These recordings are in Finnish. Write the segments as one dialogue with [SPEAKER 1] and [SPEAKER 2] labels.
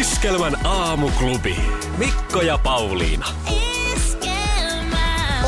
[SPEAKER 1] Iskelmän aamuklubi. Mikko ja Pauliina.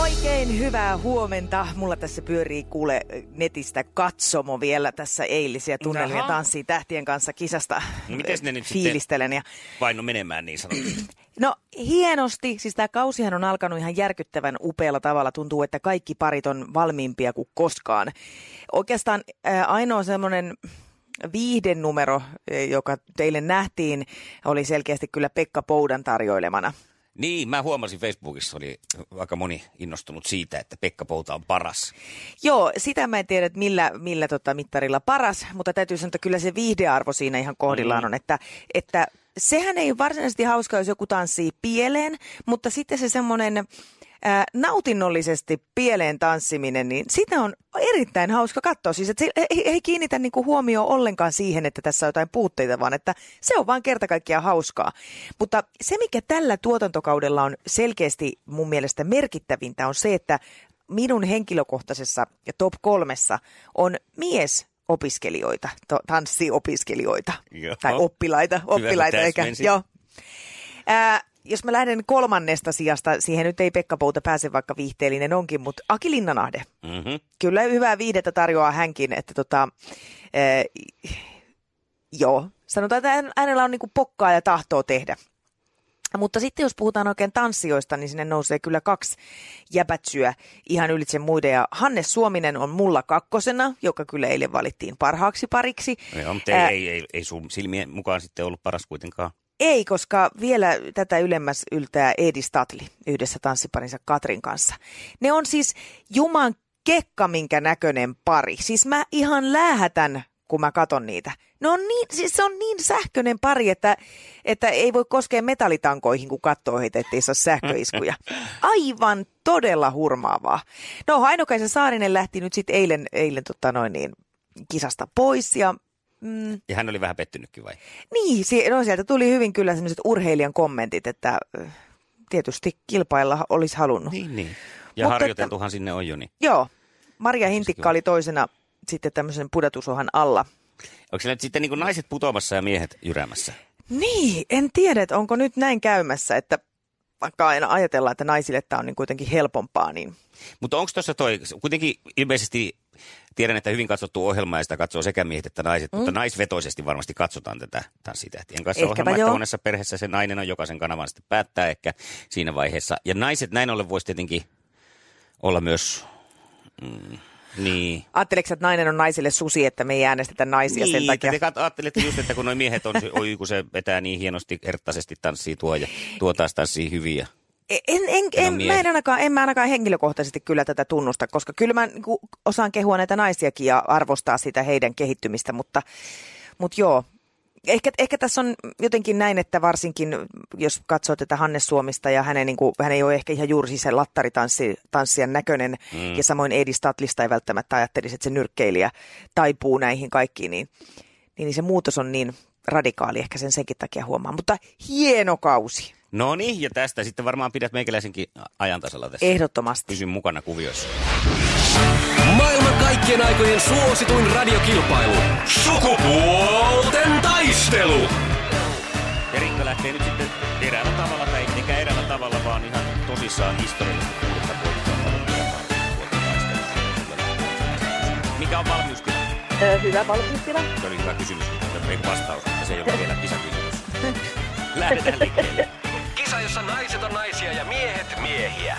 [SPEAKER 2] Oikein hyvää huomenta. Mulla tässä pyörii kuule netistä katsomo vielä tässä eilisiä tunnelmia
[SPEAKER 3] Jaha.
[SPEAKER 2] tanssii tähtien kanssa kisasta.
[SPEAKER 3] No mites ne nyt sitten-
[SPEAKER 2] Fiilistelen ja
[SPEAKER 3] vaino menemään niin sanotusti.
[SPEAKER 2] No hienosti, siis tämä kausihan on alkanut ihan järkyttävän upealla tavalla. Tuntuu, että kaikki parit on valmiimpia kuin koskaan. Oikeastaan ää, ainoa semmoinen viihden numero, eh, joka teille nähtiin, oli selkeästi kyllä Pekka Poudan tarjoilemana.
[SPEAKER 3] niin, mä huomasin Facebookissa oli aika moni innostunut siitä, että Pekka Pouta on paras.
[SPEAKER 2] Joo, sitä mä en tiedä, että millä, millä tota mittarilla paras, mutta täytyy sanoa, että kyllä se viihdearvo siinä ihan kohdillaan on, että, että sehän ei ole varsinaisesti hauskaa, jos joku tanssii pieleen, mutta sitten se semmoinen ää, nautinnollisesti pieleen tanssiminen, niin sitä on erittäin hauska katsoa. Siis että se ei, ei kiinnitä niinku huomioon ollenkaan siihen, että tässä on jotain puutteita, vaan että se on vaan kerta kaikkiaan hauskaa. Mutta se, mikä tällä tuotantokaudella on selkeästi mun mielestä merkittävintä, on se, että minun henkilökohtaisessa ja top kolmessa on mies opiskelijoita, to, tanssiopiskelijoita
[SPEAKER 3] Joo.
[SPEAKER 2] tai oppilaita, oppilaita eikä,
[SPEAKER 3] täsmensit.
[SPEAKER 2] joo. Ää, jos mä lähden kolmannesta sijasta, siihen nyt ei Pekka Pouta pääse, vaikka viihteellinen onkin, mutta Aki Linnanahde.
[SPEAKER 3] Mm-hmm.
[SPEAKER 2] Kyllä hyvää viihdettä tarjoaa hänkin, että tota, ää, joo, sanotaan, että hän- hänellä on niinku pokkaa ja tahtoa tehdä. Mutta sitten jos puhutaan oikein tanssijoista, niin sinne nousee kyllä kaksi jäpätsyä ihan ylitse muiden. Ja Hannes Suominen on mulla kakkosena, joka kyllä eilen valittiin parhaaksi pariksi.
[SPEAKER 3] Joo, mutta ei,
[SPEAKER 2] Ää,
[SPEAKER 3] ei, ei, ei sun silmien mukaan sitten ollut paras kuitenkaan.
[SPEAKER 2] Ei, koska vielä tätä ylemmäs yltää Edi Statli yhdessä tanssiparinsa Katrin kanssa. Ne on siis Juman kekka minkä näköinen pari. Siis mä ihan läähätän, kun mä katon niitä. Ne on niin, siis se on niin sähköinen pari, että, että ei voi koskea metallitankoihin, kun katsoo heitä, ettei saa sähköiskuja. Aivan todella hurmaavaa. No, Hainokaisen Saarinen lähti nyt sitten eilen, eilen tota noin niin, kisasta pois ja mm,
[SPEAKER 3] Ja hän oli vähän pettynytkin vai?
[SPEAKER 2] niin, si- no sieltä tuli hyvin kyllä sellaiset urheilijan kommentit, että ö, tietysti kilpailla olisi halunnut. Niin.
[SPEAKER 3] Niin, niin. Ja
[SPEAKER 2] Mutta tota-
[SPEAKER 3] Mutta harjoiteltuhan että... sinne on jo, niin.
[SPEAKER 2] Joo, Maria Hintikka
[SPEAKER 3] kiva.
[SPEAKER 2] oli toisena sitten tämmöisen pudotusohan alla.
[SPEAKER 3] Onko siellä nyt sitten niin naiset putoamassa ja miehet jyräämässä?
[SPEAKER 2] Niin, en tiedä, että onko nyt näin käymässä, että vaikka aina ajatellaan, että naisille tämä on niin kuitenkin helpompaa, niin
[SPEAKER 3] Mutta onko tuossa toi, kuitenkin ilmeisesti tiedän, että hyvin katsottu ohjelma ja sitä katsoo sekä miehet että naiset, mm. mutta naisvetoisesti varmasti katsotaan tätä tanssitähtien kanssa
[SPEAKER 2] Ehkäpä
[SPEAKER 3] ohjelmaa, että
[SPEAKER 2] joo.
[SPEAKER 3] monessa perheessä se nainen on jokaisen kanavan sitten päättää ehkä siinä vaiheessa. Ja naiset näin ollen voisi tietenkin olla myös, mm, niin,
[SPEAKER 2] ajatteleeko sä, että nainen on naisille susi, että me ei äänestetä naisia
[SPEAKER 3] niin,
[SPEAKER 2] sen takia?
[SPEAKER 3] Te kat- ajattelette just, että kun noi miehet on, se- oi kun se vetää niin hienosti, herttaisesti tanssii tuo ja tuo taas tanssii hyviä.
[SPEAKER 2] E, En, en,
[SPEAKER 3] Ne
[SPEAKER 2] en,
[SPEAKER 3] on
[SPEAKER 2] mä en,
[SPEAKER 3] miehet.
[SPEAKER 2] ainakaan, en mä ainakaan henkilökohtaisesti kyllä tätä tunnusta, koska kyllä mä niinku osaan kehua näitä naisiakin ja arvostaa sitä heidän kehittymistä, mutta, mutta joo. Ehkä, ehkä tässä on jotenkin näin, että varsinkin jos katsoo tätä Hannes Suomista ja hänen, niin kuin, hän ei ole ehkä ihan juuri siis se lattaritanssijan näköinen mm. ja samoin Edi Statlista ei välttämättä ajattelisi, että se nyrkkeilijä taipuu näihin kaikkiin, niin, niin se muutos on niin radikaali ehkä sen senkin takia huomaa, mutta hieno kausi,
[SPEAKER 3] No niin, ja tästä sitten varmaan pidät meikäläisenkin ajantasalla tässä.
[SPEAKER 2] ehdottomasti.
[SPEAKER 3] Pysyn mukana kuvioissa.
[SPEAKER 1] Maailman kaikkien aikojen suosituin radiokilpailu. Sukupuolten taistelu.
[SPEAKER 3] Ja Riikka lähtee nyt sitten eräällä tavalla, tai ei mitenkään eräällä tavalla, vaan ihan tosissaan historiallisesti kuudetta Mikä on valmiustila?
[SPEAKER 4] Ö, Hyvä valmiustila.
[SPEAKER 3] Se oli hyvä kysymys, mutta ei vastaus, mutta se ei ollut vielä kisakysymys. Lähdetään liikkeelle.
[SPEAKER 1] Kisa, jossa naiset on naisia ja miehet miehiä.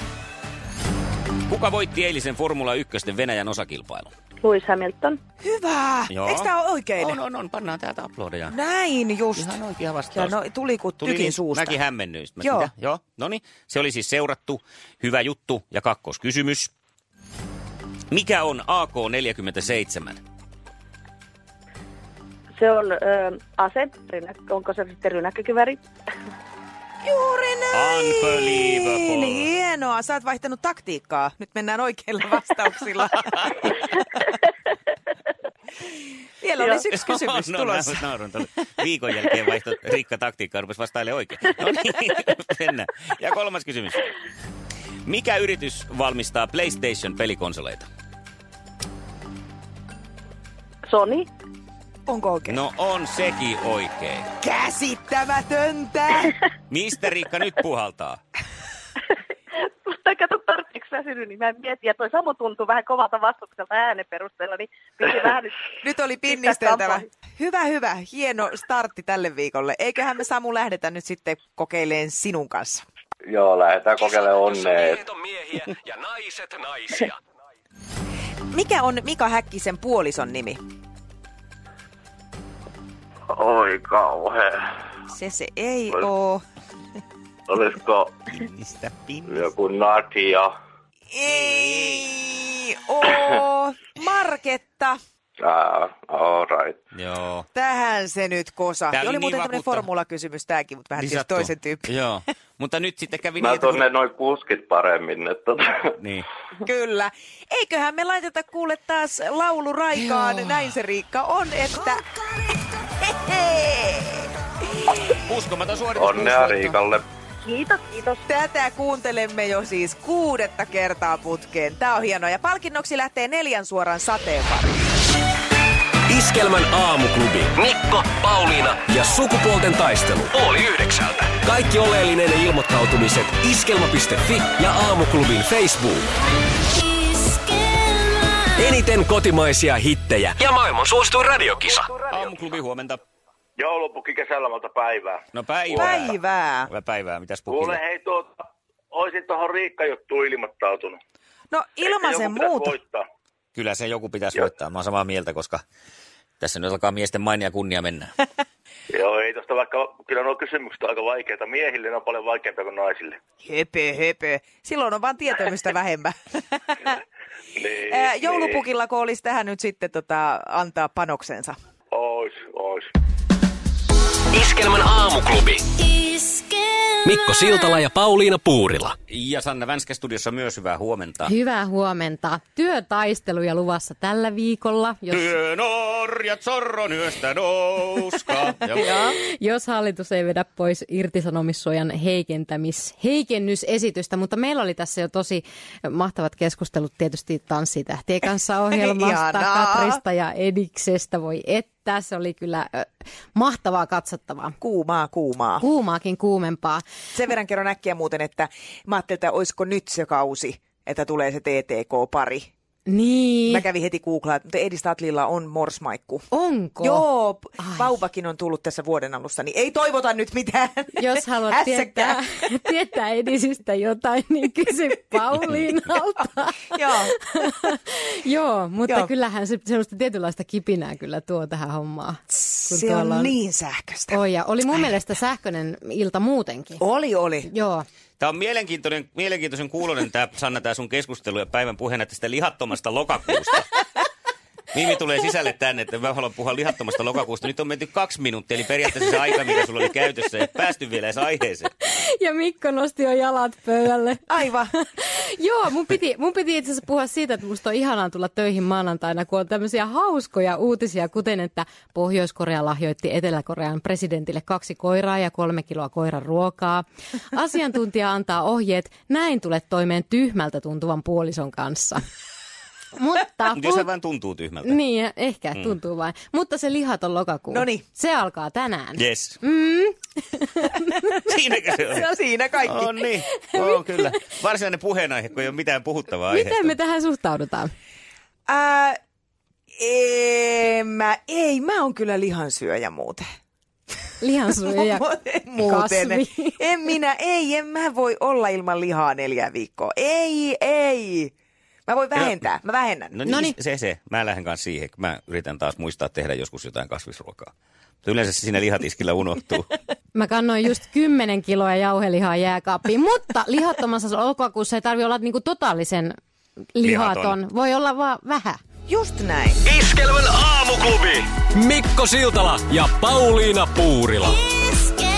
[SPEAKER 3] Kuka voitti eilisen Formula 1 Venäjän osakilpailun?
[SPEAKER 4] Lewis Hamilton.
[SPEAKER 2] Hyvä!
[SPEAKER 3] Joo.
[SPEAKER 2] Eikö tämä ole oikein?
[SPEAKER 3] On, on, on. Pannaan täältä aplodeja.
[SPEAKER 2] Näin just.
[SPEAKER 3] Ihan oikea
[SPEAKER 2] ja
[SPEAKER 3] vastaus.
[SPEAKER 2] no, tuli kuin
[SPEAKER 3] Tuli
[SPEAKER 2] tykin
[SPEAKER 3] niin,
[SPEAKER 2] suusta.
[SPEAKER 3] Mäkin hämmennyin. Mä,
[SPEAKER 2] Joo.
[SPEAKER 3] Joo. Joo. No niin, se oli siis seurattu. Hyvä juttu. Ja kakkoskysymys. Mikä on AK47?
[SPEAKER 4] Se on ö, ase, rynä, onko se sitten rynäkkökiväri?
[SPEAKER 2] Juuri näin!
[SPEAKER 3] Unbelievable.
[SPEAKER 2] Hienoa, sä oot vaihtanut taktiikkaa. Nyt mennään oikeilla vastauksilla. Vielä
[SPEAKER 4] Joo.
[SPEAKER 2] olisi yksi kysymys
[SPEAKER 3] no,
[SPEAKER 2] tulossa.
[SPEAKER 3] No, naurun tuli. Viikon jälkeen vaihto Riikka taktiikkaa, rupesi vastailemaan oikein. No niin, mennään. Ja kolmas kysymys. Mikä yritys valmistaa PlayStation-pelikonsoleita?
[SPEAKER 4] Sony?
[SPEAKER 2] Onko oikein?
[SPEAKER 3] No on sekin oikein.
[SPEAKER 2] Käsittämätöntä!
[SPEAKER 3] Mistä Riikka nyt puhaltaa?
[SPEAKER 4] Mutta kato tarpeeksi väsynyt, niin mä mietin, ja toi Samu tuntuu vähän kovalta vastaukselta äänen perusteella, niin piti vähän nyt...
[SPEAKER 2] Nyt oli
[SPEAKER 4] pistää
[SPEAKER 2] pinnisteltävä.
[SPEAKER 4] kampoihin.
[SPEAKER 2] Hyvä, hyvä. Hieno startti tälle viikolle. Eiköhän me Samu lähdetä nyt sitten kokeileen sinun kanssa.
[SPEAKER 5] Joo, lähdetään kokeilemaan
[SPEAKER 1] Jossa
[SPEAKER 5] onnea.
[SPEAKER 1] miehet on miehiä ja naiset naisia.
[SPEAKER 2] Mikä on Mika Häkkisen puolison nimi?
[SPEAKER 5] Oi kauhe.
[SPEAKER 2] Se se Siis ei oo.
[SPEAKER 5] Olisiko
[SPEAKER 3] Mistä pinnasta?
[SPEAKER 5] joku Nadia?
[SPEAKER 2] Ei oo. Marketta.
[SPEAKER 5] Ah, all right.
[SPEAKER 3] Joo.
[SPEAKER 2] Tähän se nyt kosa.
[SPEAKER 3] Tää oli
[SPEAKER 2] Tää oli
[SPEAKER 3] niin
[SPEAKER 2] muuten tämmöinen
[SPEAKER 3] vakuuttava.
[SPEAKER 2] formulakysymys tääkin, mutta vähän tietysti
[SPEAKER 3] Lisattu.
[SPEAKER 2] toisen tyyppi.
[SPEAKER 3] Joo. Mutta nyt sitten kävi
[SPEAKER 5] Mä
[SPEAKER 3] niin, että kun-
[SPEAKER 5] tunnen noin kuskit paremmin, että tota,
[SPEAKER 3] Niin.
[SPEAKER 2] Kyllä. Eiköhän me laiteta kuule taas laulu raikaan.
[SPEAKER 3] Joo.
[SPEAKER 2] Näin se Riikka on, että... Hehe.
[SPEAKER 3] Uskomaton suoritus.
[SPEAKER 5] onnea
[SPEAKER 3] kuusi voittoa.
[SPEAKER 5] Riikalle.
[SPEAKER 4] Kiitos, kiitos.
[SPEAKER 2] Tätä kuuntelemme jo siis kuudetta kertaa putkeen. Tää on hienoa. Ja palkinnoksi lähtee neljän suoran sateenvarjo.
[SPEAKER 1] Iskelmän aamuklubi. Mikko, Pauliina ja sukupuolten taistelu. Oli yhdeksältä. Kaikki oleellinen ilmoittautumiset iskelma.fi ja aamuklubin Facebook. Eniten kotimaisia hittejä ja maailman suosituin radiokisa.
[SPEAKER 3] Aamuklubi huomenta.
[SPEAKER 5] Joulupukki kesälomalta päivää.
[SPEAKER 3] No päivää.
[SPEAKER 2] Päivää.
[SPEAKER 3] Hyvää päivää. Mitäs pukille?
[SPEAKER 5] Kuule, hei tuota, oisin tuohon Riikka-juttuun ilmoittautunut.
[SPEAKER 2] No ilman
[SPEAKER 5] Eikö
[SPEAKER 2] sen
[SPEAKER 5] joku pitäisi
[SPEAKER 2] muuta.
[SPEAKER 5] voittaa?
[SPEAKER 3] Kyllä se joku pitäisi
[SPEAKER 5] Joo.
[SPEAKER 3] voittaa. Mä oon samaa mieltä, koska tässä nyt alkaa miesten mainia kunnia mennä.
[SPEAKER 5] Joo, ei tosta vaikka, kyllä nuo kysymykset on aika vaikeita. Miehille ne on paljon vaikeampia kuin naisille.
[SPEAKER 2] Höpö, höpö. Silloin on vaan tietämystä vähemmän.
[SPEAKER 5] Niin,
[SPEAKER 2] Ää, Joulupukilla kun olisi tähän nyt sitten tota, antaa panoksensa.
[SPEAKER 5] Niin. Ois, ois.
[SPEAKER 1] Iskelmän aamuklubi. Mikko Siltala ja Pauliina Puurila.
[SPEAKER 3] Ja Sanna Vänskä studiossa myös hyvää huomenta.
[SPEAKER 6] Hyvää huomenta. Työtaisteluja luvassa tällä viikolla. Jos,
[SPEAKER 3] Työn orjat sorron yöstä nouskaa. Joo.
[SPEAKER 6] jos hallitus ei vedä pois irtisanomissuojan heikentämis, heikennysesitystä, mutta meillä oli tässä jo tosi mahtavat keskustelut tietysti Tanssitähtien kanssa ohjelmasta,
[SPEAKER 2] Ihanaa.
[SPEAKER 6] Katrista ja Ediksestä. Voi että, se oli kyllä ö, mahtavaa katsottavaa.
[SPEAKER 2] Kuumaa, kuumaa.
[SPEAKER 6] Kuumaakin kuumempaa.
[SPEAKER 2] Sen verran kerron äkkiä muuten, että mä ajattelin, että olisiko nyt se kausi, että tulee se TTK-pari.
[SPEAKER 6] Niin,
[SPEAKER 2] Mä kävin heti googlaa, mutta Edi Statlilla on morsmaikku.
[SPEAKER 6] onko?
[SPEAKER 2] Joo, p-
[SPEAKER 6] Ai.
[SPEAKER 2] vauvakin on tullut tässä vuoden alussa, niin ei toivota nyt mitään.
[SPEAKER 6] Jos haluat
[SPEAKER 2] Hässäkkää.
[SPEAKER 6] tietää, tietää Edisistä jotain, niin kysy Pauliinalta.
[SPEAKER 2] Joo.
[SPEAKER 6] Joo, mutta
[SPEAKER 2] Joo.
[SPEAKER 6] Joo. kyllähän se semmoista tietynlaista kipinää kyllä tuo tähän hommaan. kun
[SPEAKER 2] Se on
[SPEAKER 6] tuolla
[SPEAKER 2] niin sähköistä.
[SPEAKER 6] Oi, ja oli mun mielestä sähköinen ilta muutenkin.
[SPEAKER 2] Oli, oli.
[SPEAKER 6] Joo,
[SPEAKER 3] Tämä on mielenkiintoinen, mielenkiintoisen kuulonen, tämä, Sanna, tämä sun keskustelu ja päivän puheena tästä lihattomasta lokakuusta. Nimi tulee sisälle tänne, että mä haluan puhua lihattomasta lokakuusta. Nyt on menty kaksi minuuttia, eli periaatteessa se aika, mikä sulla oli käytössä, ei päästy vielä edes aiheeseen.
[SPEAKER 6] ja Mikko nosti jo jalat pöydälle.
[SPEAKER 2] Aivan.
[SPEAKER 6] Joo, mun piti, mun piti itse asiassa puhua siitä, että musta on ihanaa tulla töihin maanantaina, kun on tämmöisiä hauskoja uutisia, kuten että Pohjois-Korea lahjoitti Etelä-Korean presidentille kaksi koiraa ja kolme kiloa koiran ruokaa. Asiantuntija antaa ohjeet, näin tulet toimeen tyhmältä tuntuvan puolison kanssa. Mutta
[SPEAKER 3] Mutta jos se vähän tuntuu tyhmältä.
[SPEAKER 6] Niin, ehkä tuntuu vain. Mutta se lihaton lokakuu.
[SPEAKER 2] Noniin.
[SPEAKER 6] Se alkaa tänään.
[SPEAKER 3] Yes. Mm. Siinäkö se oli?
[SPEAKER 2] No siinä kaikki.
[SPEAKER 3] On niin, on kyllä. Varsinainen puheenaihe, kun ei ole mitään puhuttavaa aiheesta.
[SPEAKER 6] Miten me tähän suhtaudutaan?
[SPEAKER 2] Ää, en mä, ei, mä oon kyllä lihansyöjä muuten.
[SPEAKER 6] Lihansuoja
[SPEAKER 2] No, muuten.
[SPEAKER 6] kasvi.
[SPEAKER 2] En minä, ei, en mä voi olla ilman lihaa neljä viikkoa. Ei, ei. Mä voin vähentää, mä vähennän.
[SPEAKER 3] No niin,
[SPEAKER 6] Noniin.
[SPEAKER 3] se se. Mä lähden kanssa siihen. Mä yritän taas muistaa tehdä joskus jotain kasvisruokaa. Mutta yleensä se siinä lihatiskillä unohtuu.
[SPEAKER 6] Mä kannoin just 10 kiloa jauhelihaa jääkaappiin, mutta lihattomassa lokakuussa ei tarvi olla niinku totaalisen lihaton.
[SPEAKER 3] Lihaton.
[SPEAKER 6] Voi olla vaan vähän.
[SPEAKER 2] Just näin.
[SPEAKER 7] Iskelmän aamuklubi.
[SPEAKER 1] Mikko Siltala ja Pauliina Puurila.
[SPEAKER 8] Esquema.